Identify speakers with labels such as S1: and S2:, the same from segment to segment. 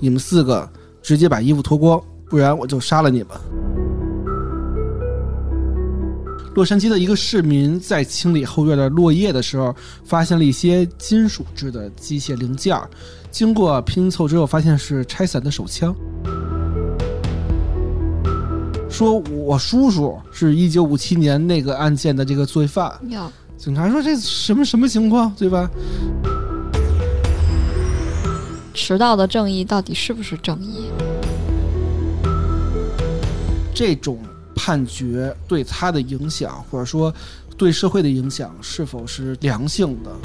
S1: 你们四个直接把衣服脱光，不然我就杀了你们。”洛杉矶的一个市民在清理后院的落叶的时候，发现了一些金属制的机械零件儿，经过拼凑之后，发现是拆散的手枪。说我叔叔是一九五七年那个案件的这个罪犯，
S2: 哟，
S1: 警察说这什么什么情况，对吧？
S2: 迟到的正义到底是不是正义？
S1: 这种判决对他的影响，或者说对社会的影响，是否是良性的？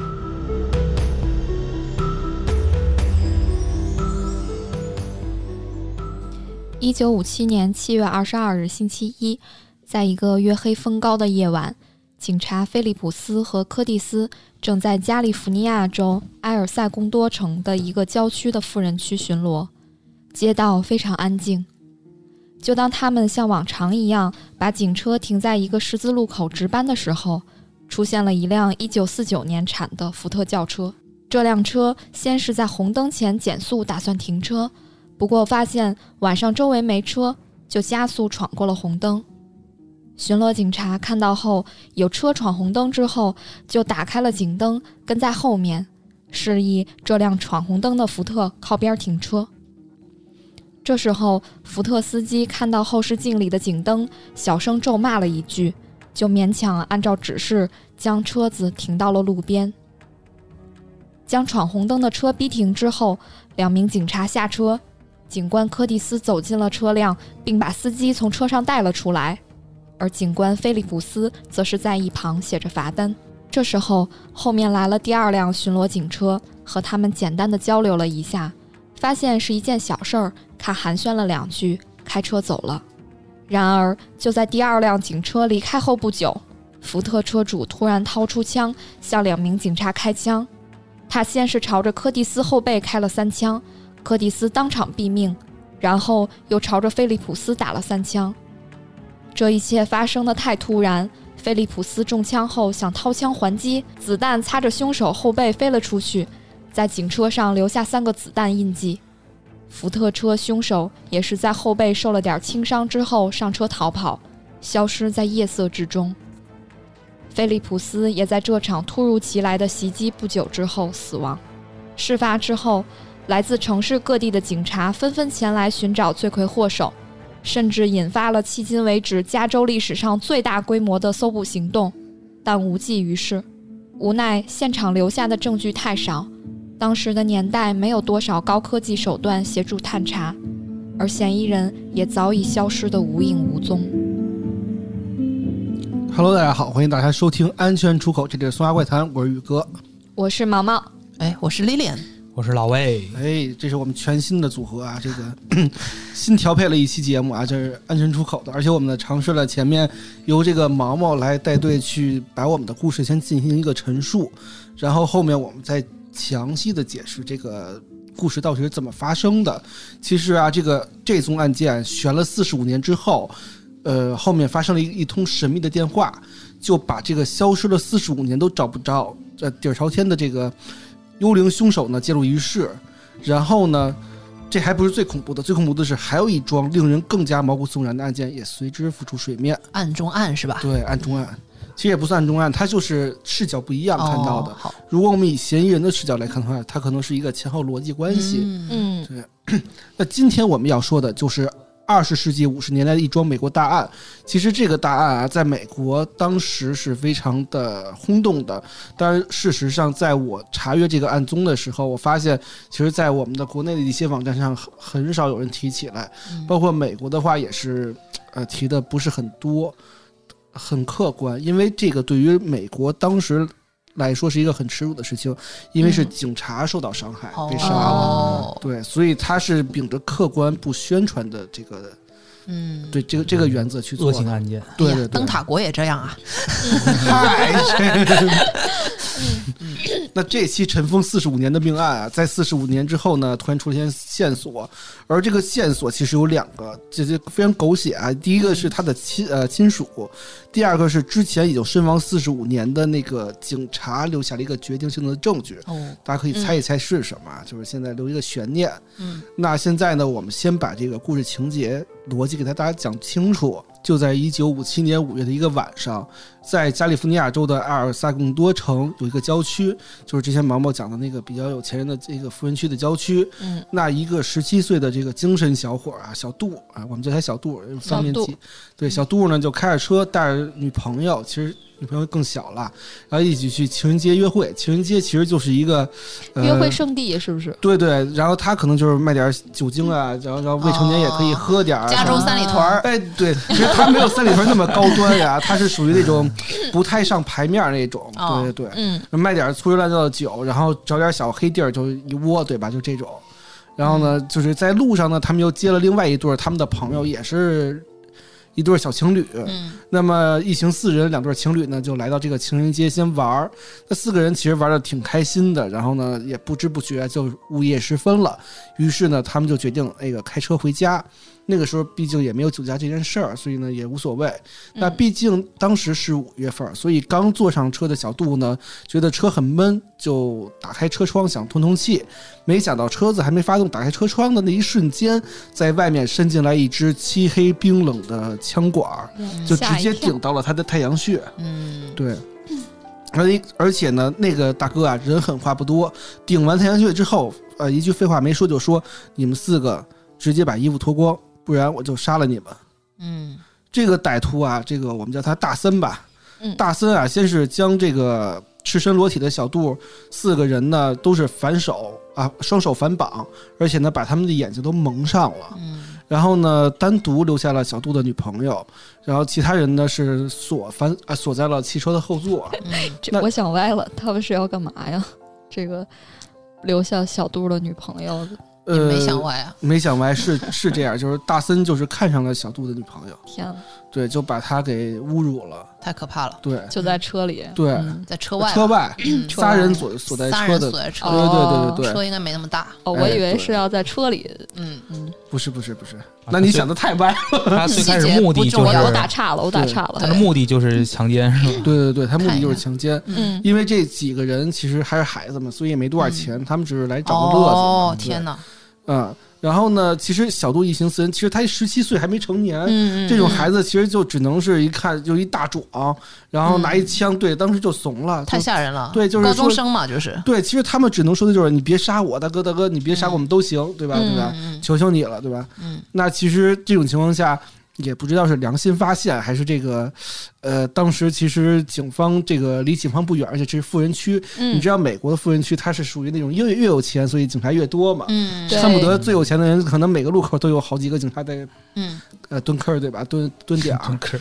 S2: 一九五七年七月二十二日星期一，在一个月黑风高的夜晚，警察菲利普斯和柯蒂斯正在加利福尼亚州埃尔塞贡多城的一个郊区的富人区巡逻，街道非常安静。就当他们像往常一样把警车停在一个十字路口值班的时候，出现了一辆一九四九年产的福特轿车。这辆车先是在红灯前减速，打算停车，不过发现晚上周围没车，就加速闯过了红灯。巡逻警察看到后，有车闯红灯之后，就打开了警灯，跟在后面，示意这辆闯红灯的福特靠边停车。这时候，福特司机看到后视镜里的警灯，小声咒骂了一句，就勉强按照指示将车子停到了路边。将闯红灯的车逼停之后，两名警察下车，警官柯蒂斯走进了车辆，并把司机从车上带了出来，而警官菲利普斯则是在一旁写着罚单。这时候，后面来了第二辆巡逻警车，和他们简单的交流了一下，发现是一件小事儿，他寒暄了两句，开车走了。然而，就在第二辆警车离开后不久，福特车主突然掏出枪，向两名警察开枪。他先是朝着柯蒂斯后背开了三枪，柯蒂斯当场毙命，然后又朝着菲利普斯打了三枪。这一切发生的太突然，菲利普斯中枪后想掏枪还击，子弹擦着凶手后背飞了出去，在警车上留下三个子弹印记。福特车凶手也是在后背受了点轻伤之后上车逃跑，消失在夜色之中。菲利普斯也在这场突如其来的袭击不久之后死亡。事发之后，来自城市各地的警察纷纷前来寻找罪魁祸首，甚至引发了迄今为止加州历史上最大规模的搜捕行动，但无济于事。无奈现场留下的证据太少，当时的年代没有多少高科技手段协助探查，而嫌疑人也早已消失得无影无踪。
S1: Hello，大家好，欢迎大家收听《安全出口》，这里是《松花怪谈》，我是宇哥。
S2: 我是毛毛，
S3: 哎，我是 Lilian，
S4: 我是老魏，
S1: 哎，这是我们全新的组合啊，这个新调配了一期节目啊，这是《安全出口》的，而且我们呢尝试了前面由这个毛毛来带队去把我们的故事先进行一个陈述，然后后面我们再详细的解释这个故事到底是怎么发生的。其实啊，这个这宗案件悬了四十五年之后，呃，后面发生了一一通神秘的电话，就把这个消失了四十五年都找不着呃底儿朝天的这个幽灵凶手呢揭露于世。然后呢，这还不是最恐怖的，最恐怖的是还有一桩令人更加毛骨悚然的案件也随之浮出水面。
S3: 暗中暗是吧？
S1: 对，案中案，其实也不算案中案，它就是视角不一样看到的。
S3: 哦、好
S1: 如果我们以嫌疑人的视角来看的话，它可能是一个前后逻辑关系。
S3: 嗯，
S2: 嗯
S1: 那今天我们要说的就是二十世纪五十年代的一桩美国大案。其实这个大案啊，在美国当时是非常的轰动的。当然，事实上，在我查阅这个案宗的时候，我发现，其实，在我们的国内的一些网站上，很很少有人提起来。包括美国的话，也是呃提的不是很多，很客观，因为这个对于美国当时。来说是一个很耻辱的事情，因为是
S2: 嗯
S1: 警察受到伤害、
S3: 哦
S1: 被杀了，
S3: 哦，
S1: 对，所以他是秉着客观不宣传的这个
S3: 嗯，
S1: 对这个这个原则去做
S4: 恶
S1: 的。
S4: 性案 件，
S1: 对
S3: 哎呀
S1: 对对，
S3: 灯塔国也这样啊，
S1: 嗨， 那这起尘封四十五年的命案啊，在四十五年之后呢，突然出现线索，而这个线索其实有两个，这这非常狗血啊。第一个是他的亲呃亲属，第二个是之前已经身亡四十五年的那个警察留下了一个决定性的证据。
S3: 哦，
S1: 大家可以猜一猜是什么啊，就是现在留一个悬念。
S3: 嗯，
S1: 那现在呢，我们先把这个故事情节逻辑给大家讲清楚。就在一九五七年五月的一个晚上，在加利福尼亚州的阿尔萨贡多城有一个郊区，就是之前毛毛讲的那个比较有钱人的这个富人区的郊区。
S3: 嗯，
S1: 那一个十七岁的这个精神小伙儿啊，小杜啊，我们叫他小杜，方便
S2: 小
S1: 记。对，小杜呢就开着车带着女朋友，其实女朋友更小了，然后一起去情人节约会。情人街其实就是一个、呃、
S2: 约会圣地是不是？
S1: 对对，然后他可能就是卖点酒精啊，
S3: 嗯
S1: 然后然后未成年也可以喝点儿。
S3: 加州哦三里屯儿，
S1: 哎，对，其实他没有三里屯那么高端呀、 他是属于那 种不太上牌面儿那种。
S3: 哦
S1: 对对对，
S2: 嗯，
S1: 卖点粗制滥造的酒，然后找点小黑地儿就一窝，对吧？就这种。然后呢，
S3: 嗯
S1: 就是在路上呢，他们又接了另外一对儿他们的朋友，也是一对儿小情侣。
S3: 嗯
S1: 那么一行四人，两对情侣呢，就来到这个情人街先玩儿。那四个人其实玩的挺开心的，然后呢，也不知不觉就午夜时分了。于是呢，他们就决定那个开车回家。那个时候毕竟也没有酒驾这件事儿，所以呢也无所谓。那毕竟当时是五月份儿，所以刚坐上车的小杜呢，觉得车很闷，就打开车窗想通通气。没想到车子还没发动，打开车窗的那一瞬间，在外面伸进来一只漆黑冰冷的枪管儿。
S2: 嗯
S1: 就直接顶到了他的太阳穴。
S3: 嗯，
S1: 对，而且而且呢，那个大哥啊，人狠话不多，顶完太阳穴之后，呃，一句废话没说，就说你们四个直接把衣服脱光，不然我就杀了你们。
S3: 嗯
S1: 这个歹徒啊，这个我们叫他大森吧。
S2: 嗯
S1: 大森啊，先是将这个赤身裸体的小杜四个人呢，都是反手啊，双手反绑，而且呢，把他们的眼睛都蒙上了。
S3: 嗯
S1: 然后呢，单独留下了小杜的女朋友，然后其他人呢是锁翻啊锁在了汽车的后 座。
S3: 嗯
S2: 这
S1: 那
S2: 我想歪了，他们是要干嘛呀？ 这个留下小杜的女朋友，
S3: 你
S1: 呃，
S3: 没想，歪啊？
S1: 没想歪 是是这样，就是大森就是看上了小杜的女朋友，
S2: 天啊哪，
S1: 对，就把她给侮辱了，
S3: 太可怕了，
S1: 对
S2: 就在车里，
S1: 对，
S2: 嗯
S3: 在车外吧，
S1: 车外
S3: 嗯
S2: 车
S1: 仨人
S2: 外
S1: 锁锁在
S3: 仨
S1: 车
S3: 人
S1: 的，
S3: 锁
S1: 对
S3: 在车
S2: 哦
S3: 里，
S1: 对对对
S3: 车
S1: 对，
S3: 应该没那么大，
S2: 哦，我
S1: 哎
S2: 以为
S1: 对
S2: 是要在车里，
S3: 嗯，
S2: 嗯，
S1: 不是不是不是，
S4: 啊
S1: 那你想的太 歪了，
S4: 他最开始
S3: 细节
S4: 目的
S3: 不
S4: 就
S3: 重
S2: 我
S4: 是
S3: 要
S2: 我打岔了，我打
S1: 对
S2: 岔了
S4: 他，的目的就是强奸，是 吧？
S1: 对对对，他目的就是强奸。
S2: 嗯，
S1: 因为这几个人其实还是孩子嘛，所以也没
S3: 嗯
S1: 多少钱，他们只是来找个乐子嘛。
S3: 哦，
S1: 对
S3: 天哪，
S1: 嗯，然后呢，其实小杜一行四人，其实他十七岁还没成年，
S3: 嗯
S1: 哎这种孩子其实就只能是一看就一大壮，然后拿一枪对，当时就怂了，
S3: 嗯太
S1: 就
S3: 吓人了，
S1: 对就是
S3: 高中
S1: 说
S3: 生嘛，就是，
S1: 对。其实他们只能说的就是你别杀我，大哥大哥，你别杀我
S3: 嗯
S1: 们都行，对吧？对吧？
S3: 嗯
S1: 求求你了，对吧？
S3: 嗯
S1: 那其实这种情况下。也不知道是良心发现还是这个，呃，当时其实警方这个离警方不远，而且这是富人区。你
S2: 嗯
S1: 知道美国的富人区，它是属于那种越越有钱，所以警察越多嘛。
S3: 嗯，
S2: 对
S1: 恨不得最有钱的人，可能每个路口都有好几个警察在
S3: 嗯
S1: 呃蹲坑儿，对吧？蹲蹲点儿，
S4: 可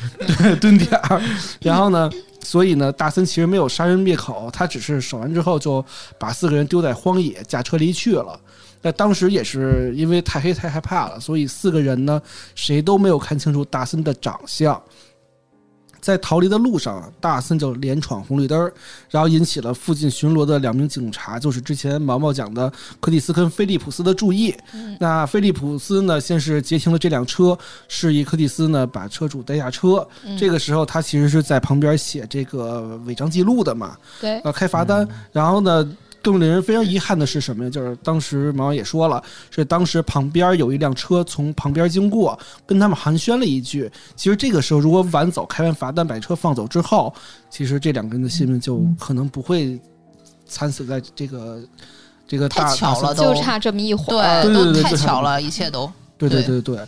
S1: 蹲点儿。然后呢，所以呢，大森其实没有杀人灭口，他只是守完之后就把四个人丢在荒野，驾车离去了。那当时也是因为太黑太害怕了，所以四个人呢谁都没有看清楚大森的长相。在逃离的路上啊，大森就连闯红绿灯儿，然后引起了附近巡逻的两名警察，就是之前毛毛讲的柯蒂斯跟菲利普斯的注意。那菲利普斯呢，先是截停了这辆车，示意柯蒂斯呢把车主带下车。
S3: 嗯
S2: 嗯
S1: 这个时候他其实是在旁边写这个违章记录的嘛，
S3: 哎
S2: 对，
S1: 呃，开罚单。然后呢，更令人非常遗憾的是什么呀？就是当时毛也说了，是当时旁边有一辆车从旁边经过，跟他们寒暄了一句。其实这个时候如果晚走，开完罚单把车放走之后，其实这两个人的性命就
S3: 嗯
S1: 可能不会惨死在这个这个大
S3: 太巧了
S1: 大
S2: 就
S3: 都
S2: 差这么一会儿，
S1: 对
S3: 对，都
S1: 对
S3: 太
S1: 就差
S3: 巧
S1: 不多
S3: 了，一切都，
S1: 对对
S3: 对
S1: 对对。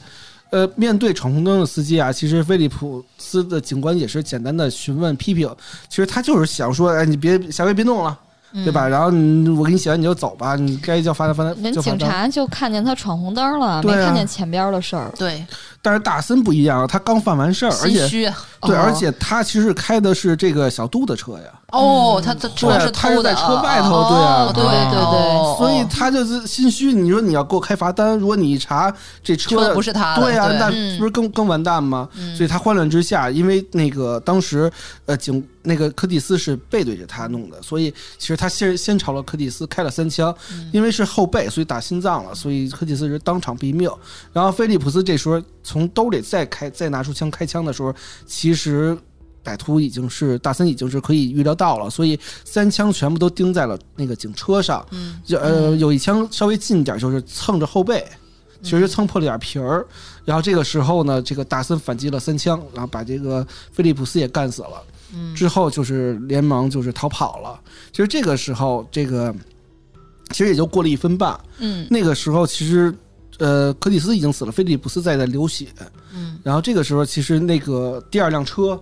S1: 呃，面对闯红灯的司机啊，其实菲利普斯的警官也是简单的询问批评，其实他就是想说，哎，你别下回别弄了，
S3: 嗯
S1: 对吧？然后你我给你写完你就走吧，你该叫罚单罚单
S2: 人
S1: 就罚
S2: 警
S1: 单。
S2: 察就看见他闯红灯了，没
S1: 对啊
S2: 看见前边的事儿。
S3: 对，
S1: 啊但是大森不一样，他刚犯完事儿，而
S3: 心
S1: 且嗯
S3: 虚，
S1: 对，
S3: 哦
S1: 而且他其实开的是这个小杜的车呀，
S3: 哦，他他车
S1: 对啊他是
S3: 偷的
S1: 在车
S3: 啊
S1: 外头
S3: 哦
S1: 对啊
S3: 对
S4: 对
S2: 对对
S3: 哦
S1: 所以
S3: 哦
S1: 他就是心虚。你说你要给我开罚单，如果你一查这车
S3: 车不是他的，
S1: 对呀、啊
S3: 对
S1: 那
S2: 嗯
S1: 不是更更完蛋吗？
S3: 嗯
S1: 所以他慌乱之下，因为那个当时呃警那个柯蒂斯是背对着他弄的，所以其实他先先朝了柯蒂斯开了三枪，
S3: 嗯
S1: 因为是后背，所以打心脏了，所以柯蒂斯是当场毙命。然后菲利普斯这时候从兜里再开再拿出枪开枪的时候，其实。歹徒已经是大森，已经是可以预料到了，所以三枪全部都钉在了那个警车上。
S3: 嗯
S1: 就呃有一枪稍微近一点，就是蹭着后背，其实蹭破了点皮儿。然后这个时候呢，这个达森反击了三枪，然后把这个菲利普斯也干死了。
S3: 嗯
S1: 之后就是连忙就是逃跑了。其实这个时候，这个其实也就过了一分半。
S3: 嗯
S1: 那个时候其实。呃，柯蒂斯已经死了，菲利普斯在在流血。
S3: 嗯
S1: 然后这个时候，其实那个第二辆车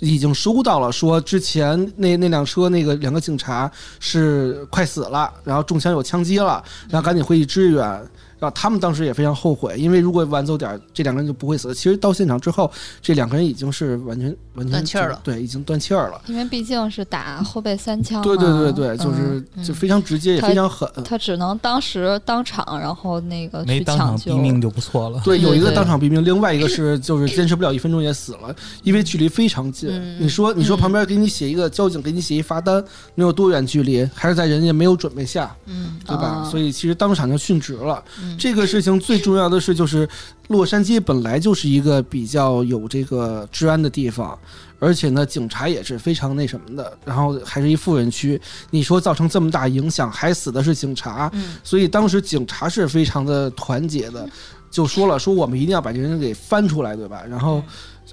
S1: 已经收到了，说之前那那辆车那个两个警察是快死了，然后中枪有枪击了，然后赶紧回去支援。然后他们当时也非常后悔，因为如果晚走点儿，这两个人就不会死。其实到现场之后，这两个人已经是完全完全
S3: 断气儿了
S1: 对，已经断气儿了。
S2: 因为毕竟是打后背三枪嘛，
S1: 对对对对，就是、
S3: 嗯
S1: 就非常直接，也
S2: 哦他
S1: 非常狠。
S2: 他只能当时当场，然后那个
S4: 没
S2: 去
S4: 当
S2: 抢
S4: 场
S2: 救
S4: 毙。命就不错了。
S1: 对，有一个
S3: 对
S1: 当场毙命，另外一个 是就是坚持不了一分钟也死了，因为距离非常近。
S3: 嗯
S1: 你说你说旁边给你写一个交警给你写一罚单，能有多远距离？还是在人家没有准备下，
S3: 嗯
S1: 对吧？
S2: 啊
S1: 所以其实当场就殉职了。
S3: 嗯
S1: 这个事情最重要的是，就是洛杉矶本来就是一个比较有这个治安的地方，而且呢，警察也是非常那什么的，然后还是一富人区。你说造成这么大影响，还死的是警察，
S3: 嗯
S1: 所以当时警察是非常的团结的，就说了说我们一定要把这人给翻出来，对吧？然后，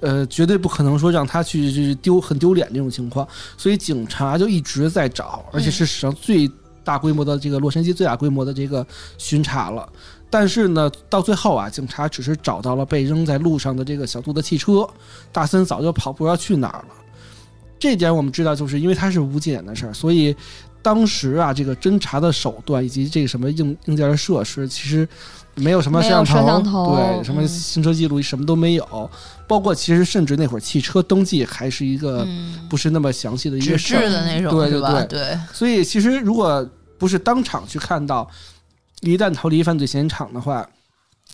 S1: 呃，绝对不可能说让他去去丢很丢脸这种情况，所以警察就一直在找，而且是史上最大规模的这个洛杉矶最大规模的这个巡查了。但是呢，到最后啊，警察只是找到了被扔在路上的这个小杜的汽车，大森早就跑不知道去哪儿了。这点我们知道，就是因为它是无解的事儿，所以当时啊，这个侦查的手段以及这个什么硬硬件的设施，其实没有什么摄像头，
S2: 没有摄像头
S1: 对，什么
S2: 嗯
S1: 行车记录仪什么都没有，包括其实甚至那会儿汽车登记还是一个
S3: 嗯，
S1: 呃不是那么详细的一
S3: 纸
S1: 个
S3: 质
S1: 事儿，
S3: 的那种
S1: 对
S3: 是
S1: 对
S3: 吧？
S1: 对
S3: 对，
S1: 所以其实如果不是当场去看到，一旦逃离犯罪嫌疑场的话，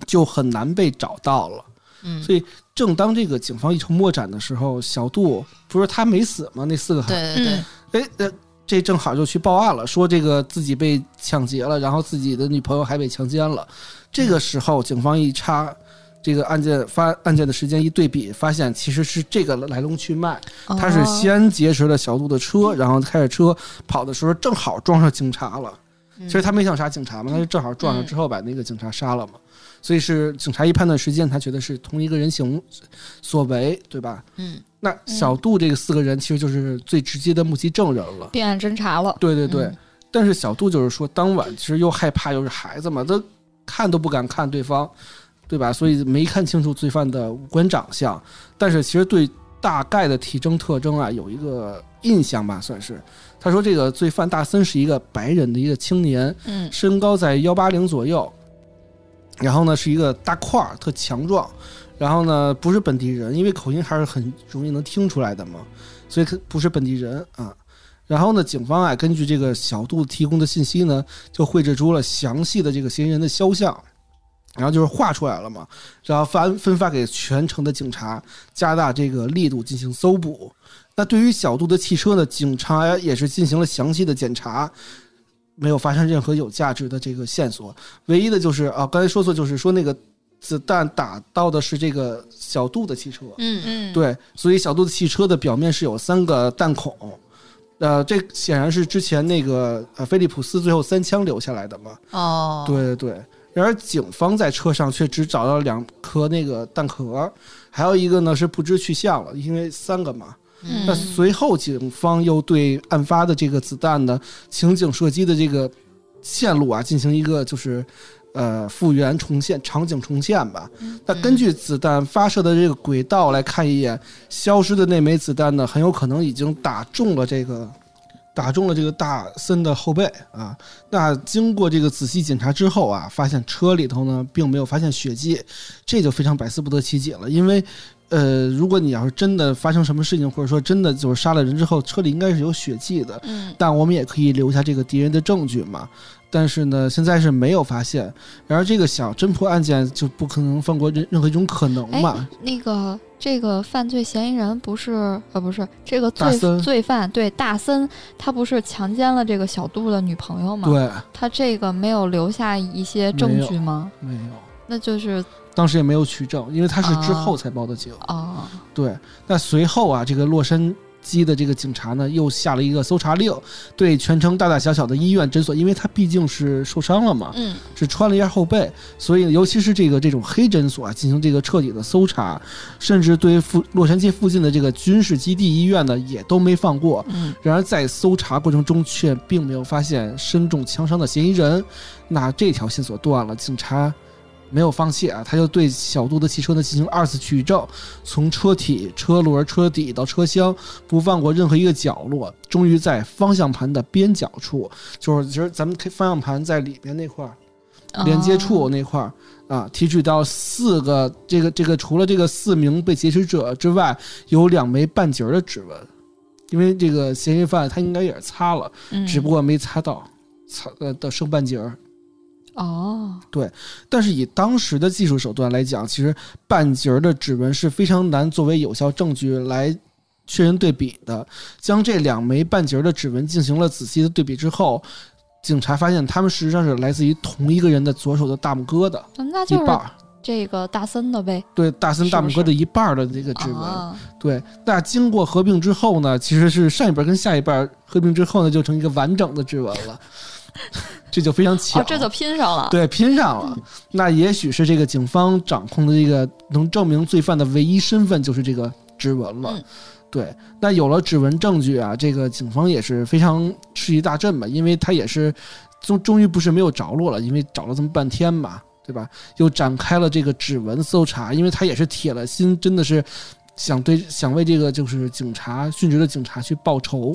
S1: 就很难被找到了。
S3: 嗯
S1: 所以正当这个警方一筹莫展的时候，小杜不是他没死吗？那四个孩
S3: 对对对
S2: 嗯，，
S1: 子，哎，呃，这正好就去报案了，说这个自己被抢劫了，然后自己的女朋友还被强奸了。这个时候，警方一查。这个案件发案件的时间一对比，发现其实是这个来龙去脉，他是
S2: 哦
S1: 先劫持了小杜的车，
S3: 哦
S1: 然后开着车跑的时候正好撞上警察了。
S3: 嗯
S1: 其实他没想杀警察嘛，他就正好撞上之后把那个警察杀了嘛。
S3: 嗯
S1: 所以是警察一判断时间，他觉得是同一个人行所为，对吧？
S3: 嗯
S1: 那小杜这个四个人其实就是最直接的目击证人了。
S2: 并案侦查了。
S1: 对对对，
S3: 嗯
S1: 但是小杜就是说，当晚其实又害怕，又是孩子嘛，他看都不敢看对方，对吧？所以没看清楚罪犯的五官长相，但是其实对大概的体征特征啊有一个印象吧，算是。他说这个罪犯大森是一个白人的一个青年，
S3: 嗯
S1: 身高在幺八零左右，然后呢是一个大块儿，特强壮，然后呢不是本地人，因为口音还是很容易能听出来的嘛，所以可不是本地人啊。然后呢，警方啊根据这个小杜提供的信息呢，就绘制出了详细的这个嫌疑人的肖像。然后就是画出来了嘛，然后发分发给全城的警察，加大这个力度进行搜捕。那对于小杜的汽车呢，警察也是进行了详细的检查，没有发现任何有价值的这个线索，唯一的就是啊，刚才说错，就是说那个子弹打到的是这个小杜的汽车，
S3: 嗯嗯
S2: 嗯，
S1: 对，所以小杜的汽车的表面是有三个弹孔，呃，这显然是之前那个呃菲利普斯最后三枪留下来的嘛，
S3: 哦，
S1: 对对对。然而，警方在车上却只找到两颗那个弹壳，还有一个呢是不知去向了，因为三个嘛。
S2: 嗯
S1: 那随后，警方又对案发的这个子弹的情景射击的这个线路啊，进行一个就是呃复原重现、场景重现吧。那根据子弹发射的这个轨道来看一眼，消失的那枚子弹呢，很有可能已经打中了这个。打中了这个大森的后背啊！那经过这个仔细检查之后啊，发现车里头呢并没有发现血迹，这就非常百思不得其解了。因为呃，如果你要是真的发生什么事情，或者说真的就是杀了人之后，车里应该是有血迹的，
S3: 嗯
S1: 但我们也可以留下这个敌人的证据嘛。但是呢，现在是没有发现。然而，这个想侦破案件就不可能放过任任何一种可能嘛。
S2: 那个这个犯罪嫌疑人不是呃不是这个
S1: 大
S2: 罪
S1: 森
S2: 罪犯对大森，他不是强奸了这个小杜的女朋友吗？
S1: 对，
S2: 他这个没有留下一些证据吗？
S1: 没有，
S2: 那就是
S1: 当时也没有取证，因为他是之
S2: 啊
S1: 后才报的警。
S2: 哦，
S1: 对，那随后啊，这个洛杉矶的这个警察呢，又下了一个搜查令，对全城大大小小的医院、诊所，因为他毕竟是受伤了嘛，
S3: 嗯
S1: 只穿了一下后背，所以尤其是这个这种黑诊所啊，进行这个彻底的搜查，甚至对附洛杉矶附近的这个军事基地医院呢，也都没放过。
S3: 嗯
S1: 然而在搜查过程中，却并没有发现身中枪伤的嫌疑人，那这条线索断了，警察。没有放弃啊，他就对小杜的汽车呢进行二次取证，从车体、车轮、车底到车厢，不放过任何一个角落。终于在方向盘的边角处，就是其实咱们可以方向盘在里面那块儿，
S2: 哦
S1: 连接处那块儿啊，提取到四个这个这个除了这个四名被劫持者之外，有两枚半截儿的指纹，因为这个嫌疑犯他应该也是擦了，
S3: 嗯
S1: 只不过没擦到，擦呃的剩半截儿。
S2: 哦，
S1: 但是以当时的技术手段来讲，其实半截儿的指纹是非常难作为有效证据来。确认对比的，将这两枚半截儿的指纹进行了仔细的对比之后，警察发现他们实际上是来自于同一个人的左手的大拇哥的
S2: 那
S1: 一
S2: 就
S1: 半
S2: 是
S1: 儿。
S2: 这个大森的呗。
S1: 对大森
S2: 是
S1: 大
S2: 不
S1: 拇哥
S2: 是
S1: 的一半儿的这个指纹。
S2: 啊，
S1: 对，那经过合并之后呢，其实是上一半儿跟下一半儿合并之后呢，就成一个完整的指纹了， 这就非常巧。
S2: 哦，这就拼上了。
S1: 对拼上了，那也许是这个警方掌控的这个能证明罪犯的唯一身份就是这个指纹了。
S3: 嗯
S1: 对，那有了指纹证据啊，这个警方也是非常吃一大振嘛，因为他也是终终于不是没有着落了，因为找了这么半天嘛，对吧？又展开了这个指纹搜查，因为他也是铁了心，真的是想对想为这个就是警察殉职的警察去报仇，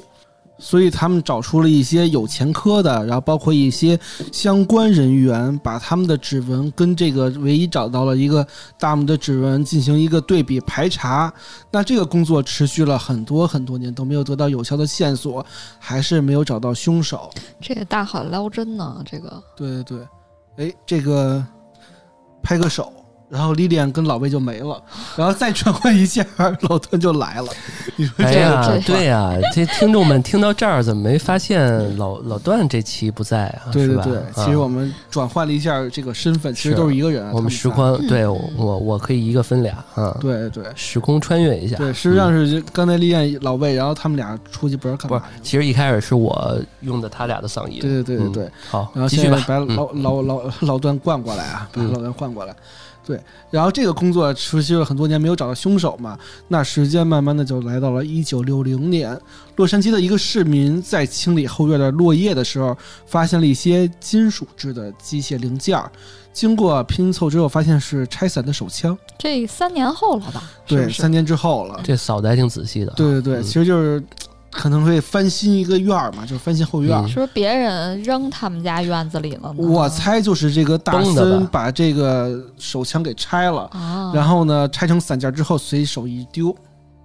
S1: 所以他们找出了一些有前科的，然后包括一些相关人员，把他们的指纹跟这个唯一找到了一个大姆的指纹进行一个对比排查。那这个工作持续了很多很多年，都没有得到有效的线索，还是没有找到凶手。
S2: 这个大海捞针呢，这个
S1: 对对对，哎，这个拍个手，然后莉莉安跟老魏就没了，然后再转换一下，老段就来了。你说
S5: 哎
S1: 这个
S5: 呀
S2: 这，
S5: 对呀，这听众们听到这儿怎么没发现老 老段这期不在啊？
S1: 对
S5: 是
S1: 对
S5: 吧
S1: 对，
S5: 啊
S1: 其实我们转换了一下这个身份，其实
S5: 是
S1: 都是一个人啊。
S5: 我
S1: 他
S5: 们
S1: 们
S5: 时
S1: 仨，
S5: 光
S2: 嗯
S5: 对我我我可以一个分俩啊，
S1: 对对
S5: 时空穿越一下。
S1: 对，实际上是刚才丽艳老魏，然后他们俩出去不知道干
S5: 不是
S1: 嘛去，了。
S5: 其实一开始是我用的他俩的嗓音。
S1: 对对对对
S5: 嗯
S1: 对，
S5: 好
S1: 然后，
S5: 继
S1: 现
S5: 续
S1: 在
S5: 吧。
S1: 把
S5: 嗯
S1: 老老老老段换过来啊，把
S5: 嗯
S1: 老段换过来。对，然后这个工作持续了很多年，没有找到凶手嘛。那时间慢慢的就来到了一九六零年，洛杉矶的一个市民在清理后院的落叶的时候，发现了一些金属制的机械零件儿。经过拼凑之后，发现是拆散的手枪。
S2: 这三年后了吧？
S1: 对，
S2: 是不是
S1: 三年之后了。
S5: 这扫的还挺仔细的啊。
S1: 对对对，
S5: 嗯
S1: 其实就是可能会翻新一个院儿嘛，就是翻新后院儿。
S5: 嗯
S2: 是不是别人扔他们家院子里了呢？
S1: 我猜就是这个大
S5: 崩的
S1: 森
S5: 吧
S1: 把这个手枪给拆了，
S2: 啊，
S1: 然后呢拆成散件之后随手一丢。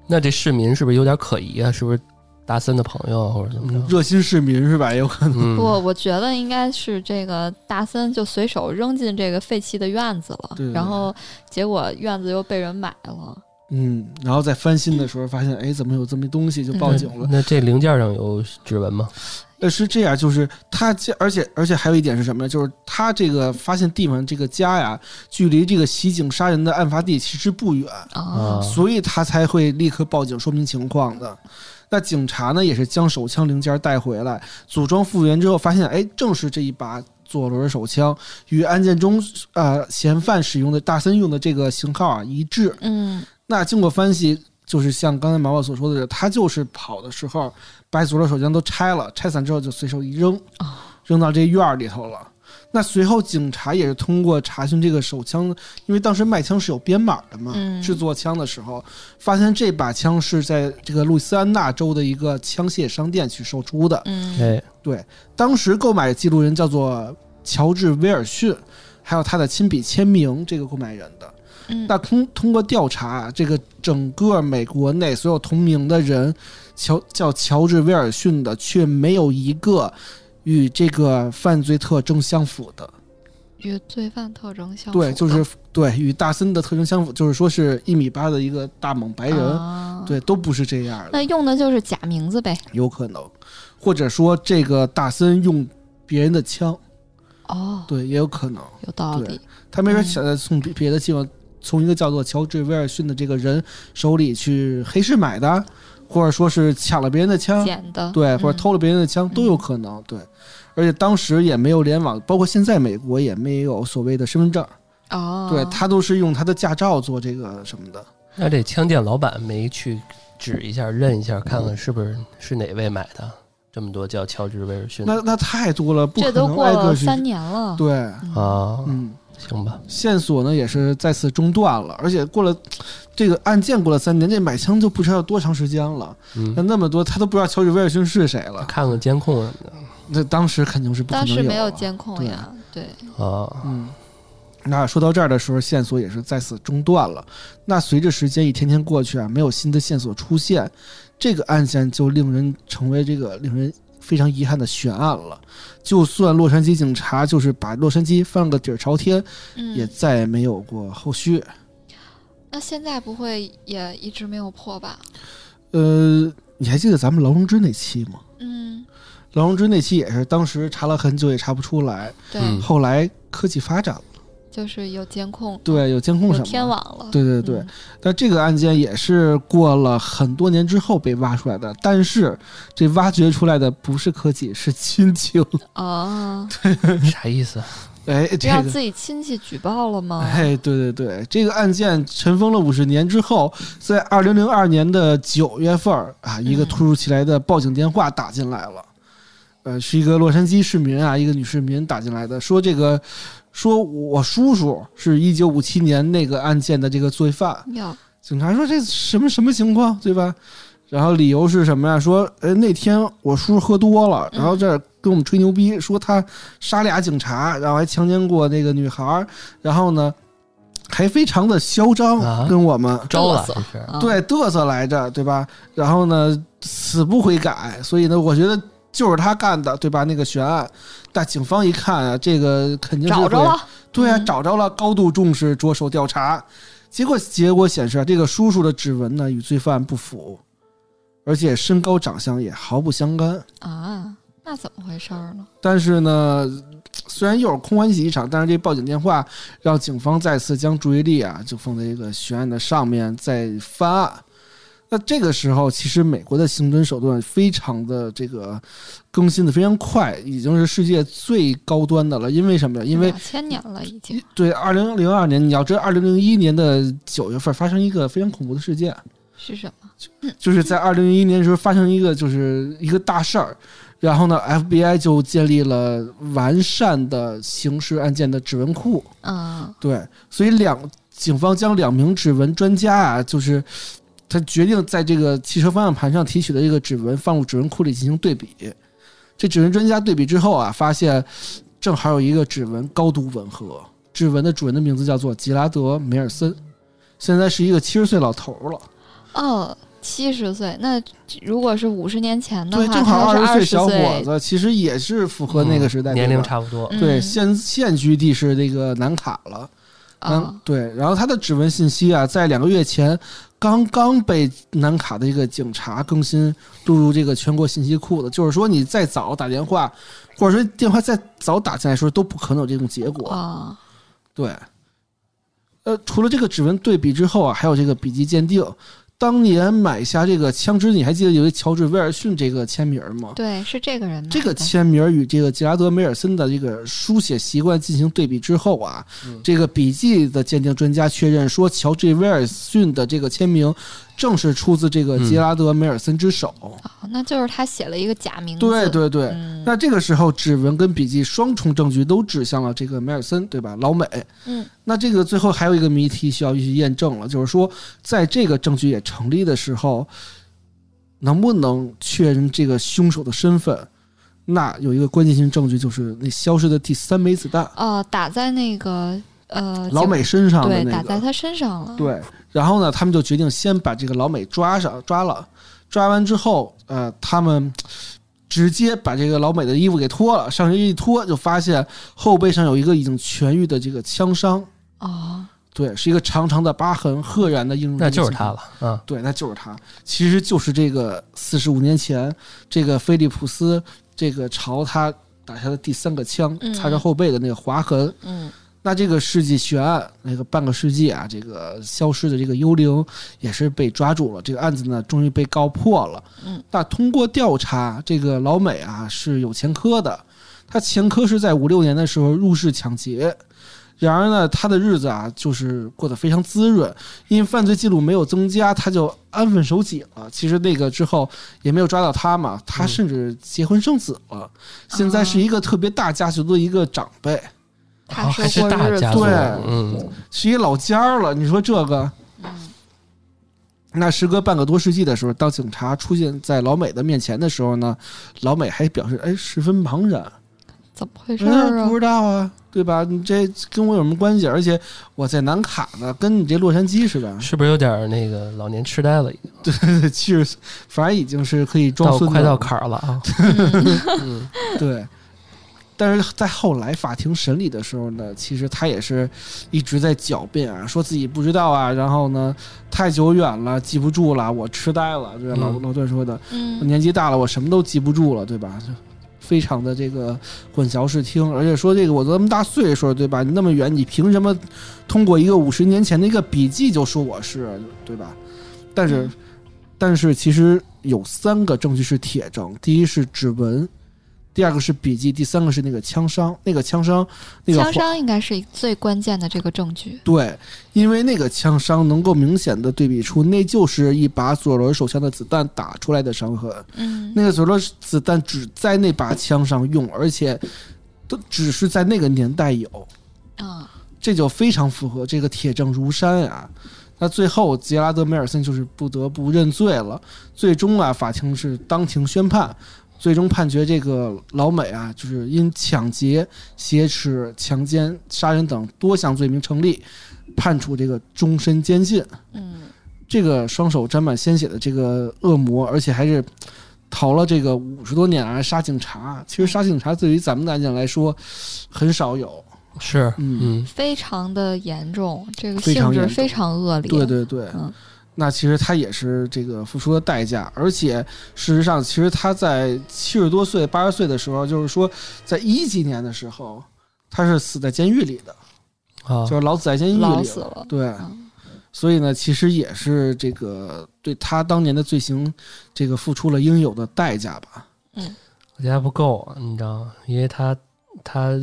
S5: 那这市民是不是有点可疑啊？是不是达森的朋友或者怎么着？
S1: 热心市民是吧？有可能
S5: 嗯
S2: 不，我觉得应该是这个大森就随手扔进这个废弃的院子了，
S1: 对对
S2: 然后结果院子又被人买了。
S1: 嗯，然后在翻新的时候发现，哎，怎么有这么东西，就报警
S2: 嗯
S1: 了。
S5: 那这零件上有指纹吗？
S1: 呃，是这样，就是他家，而且而且还有一点是什么呢？就是他这个发现地方这个家呀，距离这个袭警杀人的案发地其实不远，
S5: 啊
S2: 啊，，
S1: 所以他才会立刻报警说明情况的。那警察呢，也是将手枪零件带回来，组装复原之后，发现哎，正是这一把左轮手枪，与案件中呃嫌犯使用的大森用的这个型号啊一致。
S2: 嗯，
S1: 那经过分析，就是像刚才毛毛所说的，他就是跑的时候把左轮手枪都拆了，拆散之后就随手一扔
S2: 啊，
S1: 扔到这院儿里头了。那随后，警察也是通过查询这个手枪，因为当时卖枪是有编码的嘛，
S2: 嗯
S1: 制作枪的时候，发现这把枪是在这个路易斯安那州的一个枪械商店去售出的。
S3: 嗯
S5: 哎，
S1: 当时购买记录人叫做乔治·威尔逊，还有他的亲笔签名，这个购买人的。
S2: 嗯
S1: 那通通过调查，这个整个美国内所有同名的人，乔叫乔治·威尔逊的，却没有一个与这个犯罪特征相符的。
S2: 与罪犯特征相符啊
S1: 对，
S2: 的，
S1: 就是对与大森的特征相符，就是说是一米八的一个大猛白人，
S2: 啊，
S1: 对，都不是这样的，
S2: 那用的就是假名字呗。
S1: 有可能，或者说这个大森用别人的枪，
S2: 哦，
S1: 对，也有可能。
S2: 有道
S1: 对
S2: 理。
S1: 他没准想着从别别的地方，从一个叫做乔治·威尔逊的这个人手里去黑市买的，或者说是抢了别人的枪，
S2: 捡的，
S1: 对，或者
S2: 嗯
S1: 偷了别人的枪都有可能，对。而且当时也没有联网，包括现在美国也没有所谓的身份证，
S2: 哦，
S1: 对他都是用他的驾照做这个什么的。
S5: 那这枪店老板没去指一下、认一下，看看是不是是哪位买的？这么多叫乔治·威尔逊
S1: 那那太多了，不可
S2: 这都
S1: 能
S2: 过
S1: 挨
S2: 了
S1: 个去。
S2: 三年了，
S1: 对，
S2: 嗯，
S5: 啊，
S1: 嗯，
S5: 行吧，
S1: 线索呢也是再次中断了，而且过了这个案件过了三年，这买枪就不知道多长时间了，那
S5: 嗯，
S1: 那么多他都不知道乔治·威尔逊是谁了。
S5: 看看监控什么
S1: 那当时肯定是不可
S2: 嗯当
S1: 能
S2: 时没
S1: 有
S2: 有
S1: 啊
S2: 监控
S1: 对
S2: 呀，对，
S5: 的啊，
S1: 嗯，那说到这儿的时候，线索也是再次中断了。那随着时间一天天过去啊，没有新的线索出现，这个案件就令人成为这个令人非常遗憾的悬案了。就算洛杉矶警察就是把洛杉矶翻了个底儿朝天，也
S2: 嗯，
S1: 再也没有过后续。
S2: 那现在不会也一直没有破吧？
S1: 呃，你还记得咱们劳荣枝那期吗？
S2: 嗯，
S1: 劳荣枝那期也是当时查了很久也查不出来，
S2: 对，
S5: 嗯
S1: 后来科技发展了，
S2: 就是有监控，
S1: 对，有监控什
S2: 有
S1: 么
S2: 天
S1: 的。
S2: 网嗯了，
S1: 对对对，但这个案件也是过了很多年之后被挖出来的，但是这挖掘出来的不是科技，是亲情。
S2: 嗯， 哦，
S5: 啥意思？
S1: 哎，这
S2: 让
S1: 个。
S2: 自己啊亲戚举报了吗？
S1: 哎，对对对，这个案件尘封了五十年之后，在二零零二年的九月份儿啊，一个
S3: 嗯
S1: 突如其来的报警电话打进来了，呃，是一个洛杉矶市民啊，一个女市民打进来的，说这个，说我叔叔是一九五七年那个案件的这个罪犯，
S2: 要
S1: 警察说这什么什么情况，对吧？然后理由是什么呀？说，呃，那天我叔喝多了，
S2: 嗯
S1: 然后这儿跟我们吹牛逼，说他杀俩警察，然后还强奸过那个女孩儿，然后呢，还非常的嚣
S5: 啊
S1: 张，跟我们、
S5: 招了
S3: 嘚瑟
S5: 这是，
S2: 啊
S1: 呃对嘚瑟来着，对吧？然后呢，死不悔改，所以呢，我觉得就是他干的，对吧？那个悬案，但警方一看啊，这个肯定是
S2: 找着
S1: 会
S2: 了，
S1: 对啊，
S2: 嗯
S1: 找着了，高度重视，着手调查。结果结果显示啊，这个叔叔的指纹呢与罪犯不符，而且身高长相也毫不相干。
S2: 啊，那怎么回事儿呢？
S1: 但是呢，虽然又是空欢喜一场，但是这报警电话让警方再次将注意力啊就放在这个悬案的上面再翻案。那这个时候，其实美国的刑侦手段非常的这个更新的非常快，已经是世界最高端的了。因为什么呀？因为
S2: 两千年了已经，
S1: 对，二零零二年，你要知道，二零零一年的九月份发生一个非常恐怖的事件，
S2: 是什么？
S1: 就是在二零零一年的时候发生一个就是一个大事儿，然后呢，FBI 就建立了完善的刑事案件的指纹库，
S2: 嗯，
S1: 对，所以两警方将两名指纹专家啊，就是他决定在这个汽车方向盘上提取的这个指纹放入指纹库里进行对比。这指纹专家对比之后啊，发现正好有一个指纹高度吻合，指纹的主人的名字叫做吉拉德·梅尔森，现在是一个七十岁老头儿了。
S2: 哦，七十岁，那如果是五十年前的
S1: 对，
S2: 话，
S1: 正好
S2: 他是
S1: 二十
S2: 二
S1: 岁
S2: 十
S1: 小伙
S2: 岁，
S1: 子，其实也是符合那个时代、
S5: 嗯年龄
S1: 对吧。
S5: 差不多，
S1: 对，
S2: 嗯
S1: 现现居地是那个南卡了。嗯
S2: 啊，，
S1: 对，然后他的指纹信息啊，在两个月前刚刚被南卡的一个警察更新录入这个全国信息库的，就是说你再早打电话，或者说电话再早打进来的时候，都不可能有这种结果。
S2: 啊，
S1: 对，呃，除了这个指纹对比之后啊，还有这个笔迹鉴定。当年买下这个枪支，你还记得有一个乔治·威尔逊这个签名吗？
S2: 对，是这个人买的，
S1: 这个签名儿与这个吉拉德·梅尔森的这个书写习惯进行对比之后啊，这个笔迹的鉴定专家确认说，乔治·威尔逊的这个签名正是出自这个吉拉德·梅尔森之手。
S2: 哦，那就是他写了一个假名字，
S1: 对对对。
S2: 嗯，
S1: 那这个时候，指纹跟笔迹双重证据都指向了这个梅尔森，对吧？老美。
S2: 嗯。
S1: 那这个最后还有一个谜题需要去验证了，就是说，在这个证据也成立的时候，能不能确认这个凶手的身份？那有一个关键性证据，就是那消失的第三枚子弹。
S2: 哦，打在那个呃
S1: 老
S2: 警
S1: 美身上的
S2: 对
S1: 那
S2: 打在
S1: 个。
S2: 他身上了，
S1: 对，然后呢，他们就决定先把这个老美抓上，抓了，抓完之后，呃，他们直接把这个老美的衣服给脱了，上身一脱，就发现后背上有一个已经痊愈的这个枪伤，
S2: 哦，
S1: 对，是一个长长的疤痕，赫然的映入。
S5: 那就是他。了啊！
S1: 对，那就是他，其实就是这个四十五年前，这个菲利普斯这个朝他打下的第三个枪，
S3: 嗯
S1: 擦着后背的那个划痕。
S3: 嗯
S1: 那这个世纪悬案，那个半个世纪啊，这个消失的这个幽灵也是被抓住了。这个案子呢，终于被告破了。
S3: 嗯，
S1: 那通过调查，这个老美啊是有前科的，他前科是在五六年的时候入室抢劫。然而呢，他的日子啊，就是过得非常滋润，因为犯罪记录没有增加，他就安分守己了。其实那个之后也没有抓到他嘛，他
S5: 嗯
S1: 甚至结婚生子了，现在是一个特别大家族的一个长辈。哦
S2: 他
S5: 哦还是
S2: 说过
S5: 大
S2: 日子
S5: 家族，
S1: 对
S5: 嗯，
S1: 是一老尖儿了。你说这个，
S3: 嗯
S1: 那时隔半个多世纪的时候，当警察出现在老美的面前的时候呢，老美还表示哎十分茫然，
S2: 怎么回事儿
S1: 嗯，
S2: 啊
S1: 不？知道啊，对吧？你这跟我有什么关系？而且我在南卡呢，跟你这洛杉矶似的，
S5: 是不是有点儿那个老年痴呆了？已经
S1: 七十岁，反正已经是可以装
S5: 到
S1: 孙子
S5: 快到
S1: 了
S5: 坎儿了 啊！嗯，
S1: 对。但是在后来法庭审理的时候呢，其实他也是一直在狡辩啊，说自己不知道啊，然后呢太久远了，记不住了，我痴呆了，对吧？老
S5: 嗯
S1: 老段说的，我
S2: 嗯
S1: 年纪大了，我什么都记不住了，对吧？就非常的这个混淆视听，而且说这个我都那么大岁数了，对吧？你那么远，你凭什么通过一个五十年前的一个笔记就说我是，对吧？但
S2: 嗯
S1: 是，但是其实有三个证据是铁证，第一是指纹，第二个是笔记，第三个是那个枪伤，那个枪伤，那个
S2: 枪伤应该是最关键的这个证据，
S1: 对，因为那个枪伤能够明显的对比出，那就是一把左轮手枪的子弹打出来的伤痕。
S2: 嗯
S1: 那个时候的子弹只在那把枪上用，而且都只是在那个年代有，
S2: 啊，
S1: 这就非常符合这个铁证如山啊。那最后，杰拉德·梅尔森就是不得不认罪了。最终啊，法庭是当庭宣判，最终判决这个老美啊，就是因抢劫、挟持、强奸、杀人等多项罪名成立，判处这个终身监禁。
S3: 嗯
S1: 这个双手沾满鲜血的这个恶魔，而且还是逃了这个五十多年啊，杀警察。其
S2: 嗯
S1: 实杀警察对于咱们来讲来说，很少有。
S5: 是，
S1: 嗯，
S5: 嗯，
S2: 非常的严重，这个
S1: 非常
S2: 性质
S1: 严重
S2: 非常恶劣，
S1: 对对对。
S2: 嗯
S1: 那其实他也是这个付出了代价，而且事实上，其实他在七十多岁、八十岁的时候，就是说在一几年的时候，他是死在监狱里的，
S5: 啊
S1: 就，是老死在监狱里
S2: 老
S1: 了。哎
S2: 死了，
S1: 对，
S2: 嗯
S1: 所以呢，其实也是这个对他当年的罪行，这个付出了应有的代价吧。
S5: 我觉得还不够，啊你知道吗？因为他他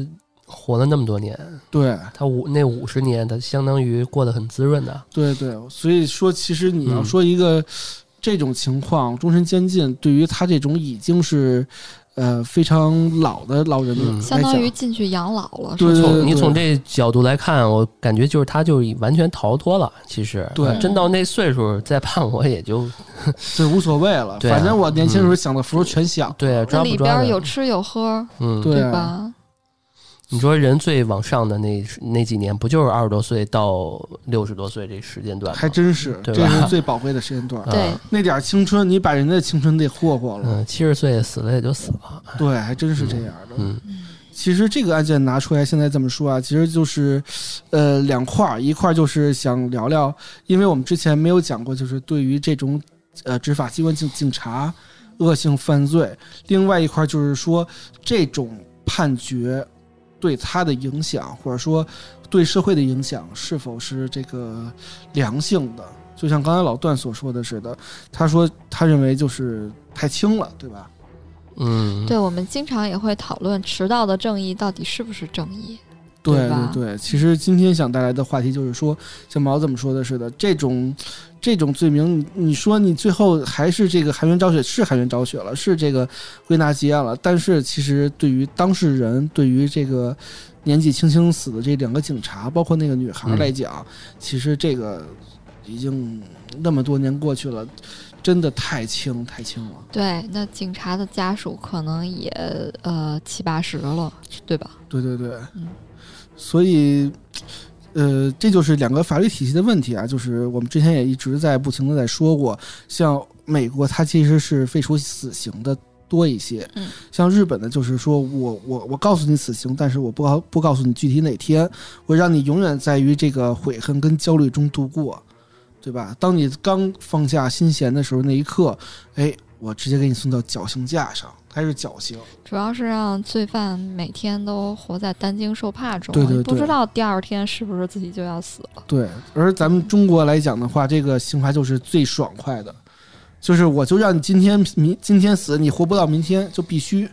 S5: 活了那么多年，
S1: 对，
S5: 他五那五十年，他相当于过得很滋润的。
S1: 对对，所以说，其实你要
S5: 嗯
S1: 说一个、这种情况，终身监禁，对于他这种已经是呃非常老的老人
S5: 嗯
S1: 来
S2: 相当于
S1: 讲
S2: 进去养老了，
S1: 对
S2: 是吧
S5: 从你
S1: 对
S5: 从这角度来看，我感觉就是他就已完全逃脱了。其实，呃
S1: 对
S5: 真到那岁数再判我也就
S1: 这无所谓了。
S5: 对啊
S1: 反正我年轻时候想的福儿全想。
S5: 对啊抓
S2: 那
S5: 不
S2: 里
S5: 抓
S2: 边
S5: 的
S2: 有吃有喝，
S5: 嗯，
S1: 对啊
S2: 吧？
S5: 你说人最往上的那那几年，不就是二十多岁到六十多岁这时间段吗？
S1: 还真是，
S5: 嗯对
S1: 这
S5: 吧
S1: 是最宝贵的时间段儿。
S5: 啊
S2: 对，
S1: 那点儿青春，你把人家的青春得霍霍了。
S5: 嗯，七十岁死了也就死了。
S1: 对，还真是这样的。
S5: 嗯
S1: 其实这个案件拿出来，现在这么说啊，其实就是，呃，两块儿，一块儿就是想聊聊，因为我们之前没有讲过，就是对于这种呃执法机关警警察恶性犯罪，另外一块儿就是说这种判决对他的影响，或者说对社会的影响是否是这个良性的。就像刚才老段所说的似的，他说他认为就是太轻了，对吧？
S5: 嗯，
S2: 对，我们经常也会讨论迟到的正义到底是不是正义？
S1: 对
S2: 对吧
S1: 对，其实今天想带来的话题就是说，像毛怎么说的似的，这种这种罪名，你你说你最后还是这个含冤昭雪，是含冤昭雪了，是这个归纳结案了，但是其实对于当事人，对于这个年纪轻轻死的这两个警察，包括那个女孩
S5: 嗯
S1: 来讲，其实这个已经那么多年过去了，真的太轻太轻了。
S2: 对，那警察的家属可能也呃七八十了，对吧？
S1: 对对对，
S2: 嗯
S1: 所以呃，这就是两个法律体系的问题啊，就是我们之前也一直在不停的在说过，像美国它其实是废除死刑的多一些，
S3: 嗯
S1: 像日本呢，就是说我我我告诉你死刑，但是我不告不告诉你具体哪天，我让你永远在于这个悔恨跟焦虑中度过，对吧？当你刚放下心弦的时候，那一刻，哎，我直接给你送到绞刑架上，它是绞刑，
S2: 主要是让罪犯每天都活在担惊受怕中，
S1: 对对
S2: 不
S1: 对
S2: 知道第二天是不是自己就要死了。
S1: 对，而咱们中国来讲的话，这个刑罚就是最爽快的，就是我就让你今天明今天死，你活不到明天就必须，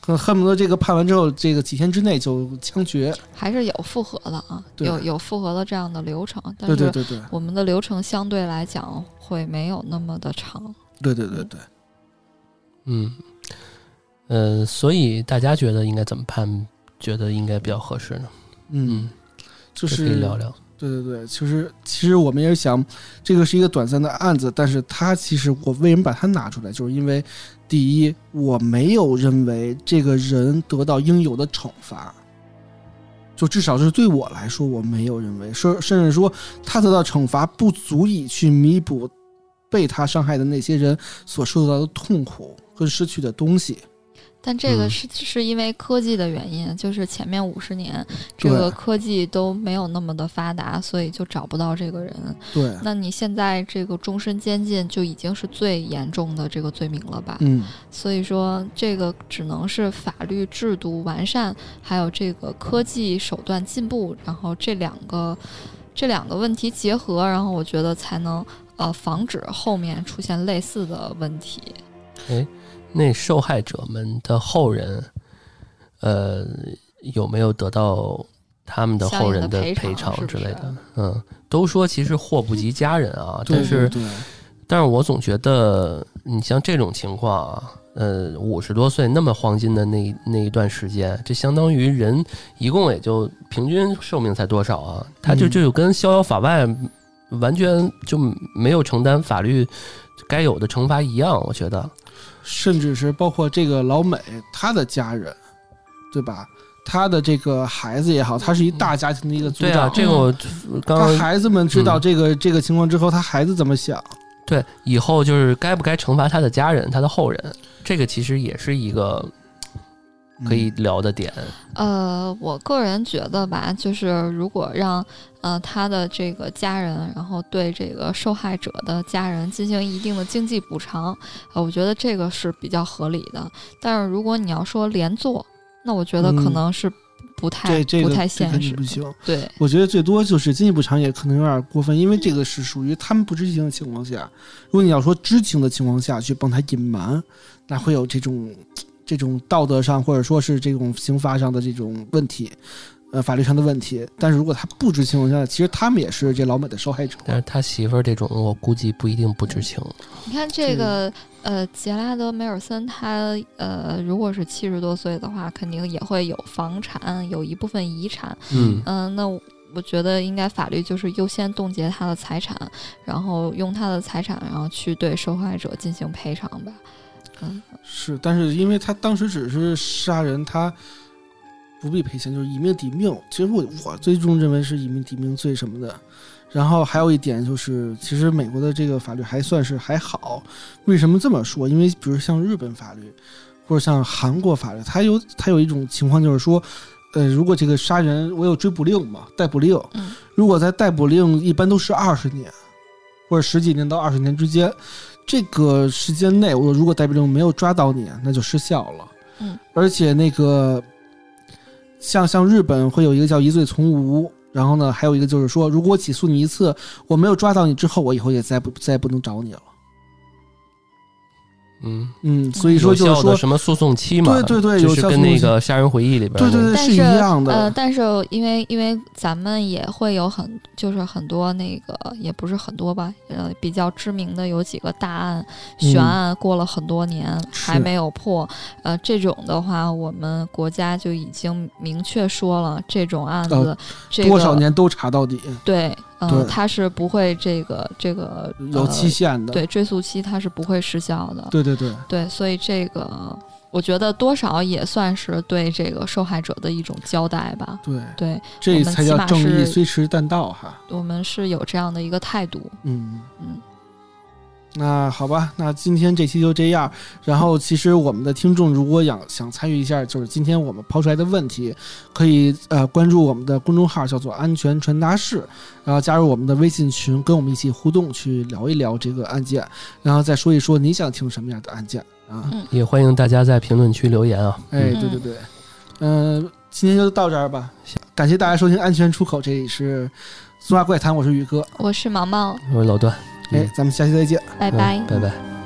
S1: 可能恨不得这个判完之后，这个几天之内就枪决。
S2: 还是有复核的啊，
S1: 对
S2: 有有复核的这样的流程，但
S1: 对对
S2: 是
S1: 对对
S2: 我们的流程相对来讲会没有那么的长。
S1: 对对对对，
S5: 嗯，呃，所以大家觉得应该怎么判？觉得应该比较合适呢？
S1: 嗯，
S5: 嗯，
S1: 就
S5: 这
S1: 是
S5: 可以聊聊。
S1: 对对对，其实其实我们也是想，这个是一个短暂的案子，但是它其实我为什么把它拿出来，就是因为第一，我没有认为这个人得到应有的惩罚，就至少是对我来说，我没有认为，甚甚至说他得到惩罚不足以去弥补被他伤害的那些人所受到的痛苦和失去的东西。
S2: 但这个
S5: 嗯
S2: 是、是因为科技的原因，就是前面五十年这
S1: 对
S2: 个科技都没有那么的发达，所以就找不到这个人。
S1: 对，
S2: 那你现在这个终身监禁就已经是最严重的这个罪名了吧？
S1: 嗯，
S2: 所以说，这个只能是法律制度完善，还有这个科技手段进步，然后这两个这两个问题结合，然后我觉得才能呃防止后面出现类似的问题。
S5: 那受害者们的后人，呃，有没有得到他们的后人的赔偿之类
S2: 相应的赔偿是
S5: 的？嗯，都说其实祸不及家人啊，
S1: 对
S5: 但是
S1: 对
S5: 但是我总觉得，你像这种情况啊，呃，五十多岁那么黄金的那那一段时间，这相当于人一共也就平均寿命才多少啊？他就
S1: 嗯
S5: 就跟逍遥法外，完全就没有承担法律该有的惩罚一样，我觉得。
S1: 甚至是包括这个老美他的家人，对吧？他的这个孩子也好，他是一大家庭的一个族
S5: 对啊
S1: 长，，
S5: 这个我刚
S1: 他
S5: 刚嗯
S1: 孩子们知道这个、这个情况之后，他孩子怎么想？
S5: 对，以后就是该不该惩罚他的家人、他的后人，这个其实也是一个可以
S1: 嗯
S5: 聊的点。
S2: 呃，我个人觉得吧，就是如果让呃他的这个家人，然后对这个受害者的家人进行一定的经济补偿，呃，我觉得这个是比较合理的。但是如果你要说连坐，那我觉得可
S1: 嗯
S2: 能是不太、
S1: 这这个
S2: 不太
S1: 这肯
S2: 现
S1: 定
S2: 实
S1: 不。行。
S2: 对，
S1: 我觉得最多就是经济补偿也可能有点过分，因为这个是属于他们不知情的情况下。如果你要说知情的情况下去帮他隐瞒，那会有这种这种道德上或者说是这种刑罚上的这种问题，呃，法律上的问题。但是如果他不知情况下，其实他们也是这老美的受害者。
S5: 但是他媳妇儿这种，我估计不一定不知情。
S2: 你看这个呃，杰拉德·梅尔森他，呃，如果是七十多岁的话，肯定也会有房产，有一部分遗产。
S5: 嗯
S2: 嗯、那我我觉得应该法律就是优先冻结他的财产，然后用他的财产，然后去对受害者进行赔偿吧。嗯，
S1: 是，但是因为他当时只是杀人，他不必赔钱，就是以命抵命。其实我我最终认为是以命抵命罪什么的。然后还有一点就是，其实美国的这个法律还算是还好。为什么这么说？因为比如像日本法律或者像韩国法律，它有它有一种情况就是说，呃，如果这个杀人我有追捕令嘛，逮捕令，
S2: 嗯
S1: 如果在逮捕令一般都是二十年或者十几年到二十年之间，这个时间内，我如果逮捕令没有抓到你，那就失效了。
S2: 嗯，
S1: 而且那个像像日本会有一个叫疑罪从无，然后呢，还有一个就是说，如果我起诉你一次，我没有抓到你之后，我以后也再不再也不能找你了。
S5: 嗯，
S1: 嗯，所以说就
S5: 有
S1: 是
S5: 效
S1: 说，
S5: 的什么诉讼期嘛，
S1: 对对对
S5: 就
S1: 有
S5: 是
S1: 效
S5: 跟
S1: 诉讼
S5: 那
S1: 期
S5: 个《杀人回忆》里边
S1: 对
S5: 那
S1: 对
S5: 个
S1: 对，
S2: 但
S1: 一
S2: 是
S1: 样的。
S2: 呃，但是因为因为咱们也会有很就是很多那个也不是很多吧，呃，比较知名的有几个大案悬
S1: 嗯
S2: 案过了很多年、还
S1: 是
S2: 没有破，呃，这种的话，我们国家就已经明确说了，这种案
S1: 呃
S2: 子、这个
S1: 多少年都查到底，
S2: 对，嗯、
S1: 对
S2: 它是不会这个这个
S1: 有期
S2: 呃
S1: 限的。
S2: 对追诉期它是不会失效的。
S1: 对对对
S2: 对，所以这个我觉得多少也算是对这个受害者的一种交代吧。
S1: 对，
S2: 对
S1: 这才叫正
S2: 我们起码
S1: 义
S2: 是
S1: 虽迟但到哈。
S2: 我们是有这样的一个态度，
S1: 嗯
S2: 嗯，
S1: 那好吧，那今天这期就这样。然后，其实我们的听众如果想想参与一下，就是今天我们抛出来的问题，可以呃关注我们的公众号，叫做“安全传达室”，然后加入我们的微信群，跟我们一起互动，去聊一聊这个案件，然后再说一说你想听什么样的案件啊？
S5: 也欢迎大家在评论区留言啊。
S1: 哎，对对对，嗯、今天就到这儿吧。感谢大家收听《安全出口》，这里是《苏话怪谈》，我是宇哥，
S2: 我是毛毛，
S5: 我是老段，
S1: 哎，咱们下期再见。
S2: 拜
S5: 嗯
S2: 拜。
S5: 拜拜。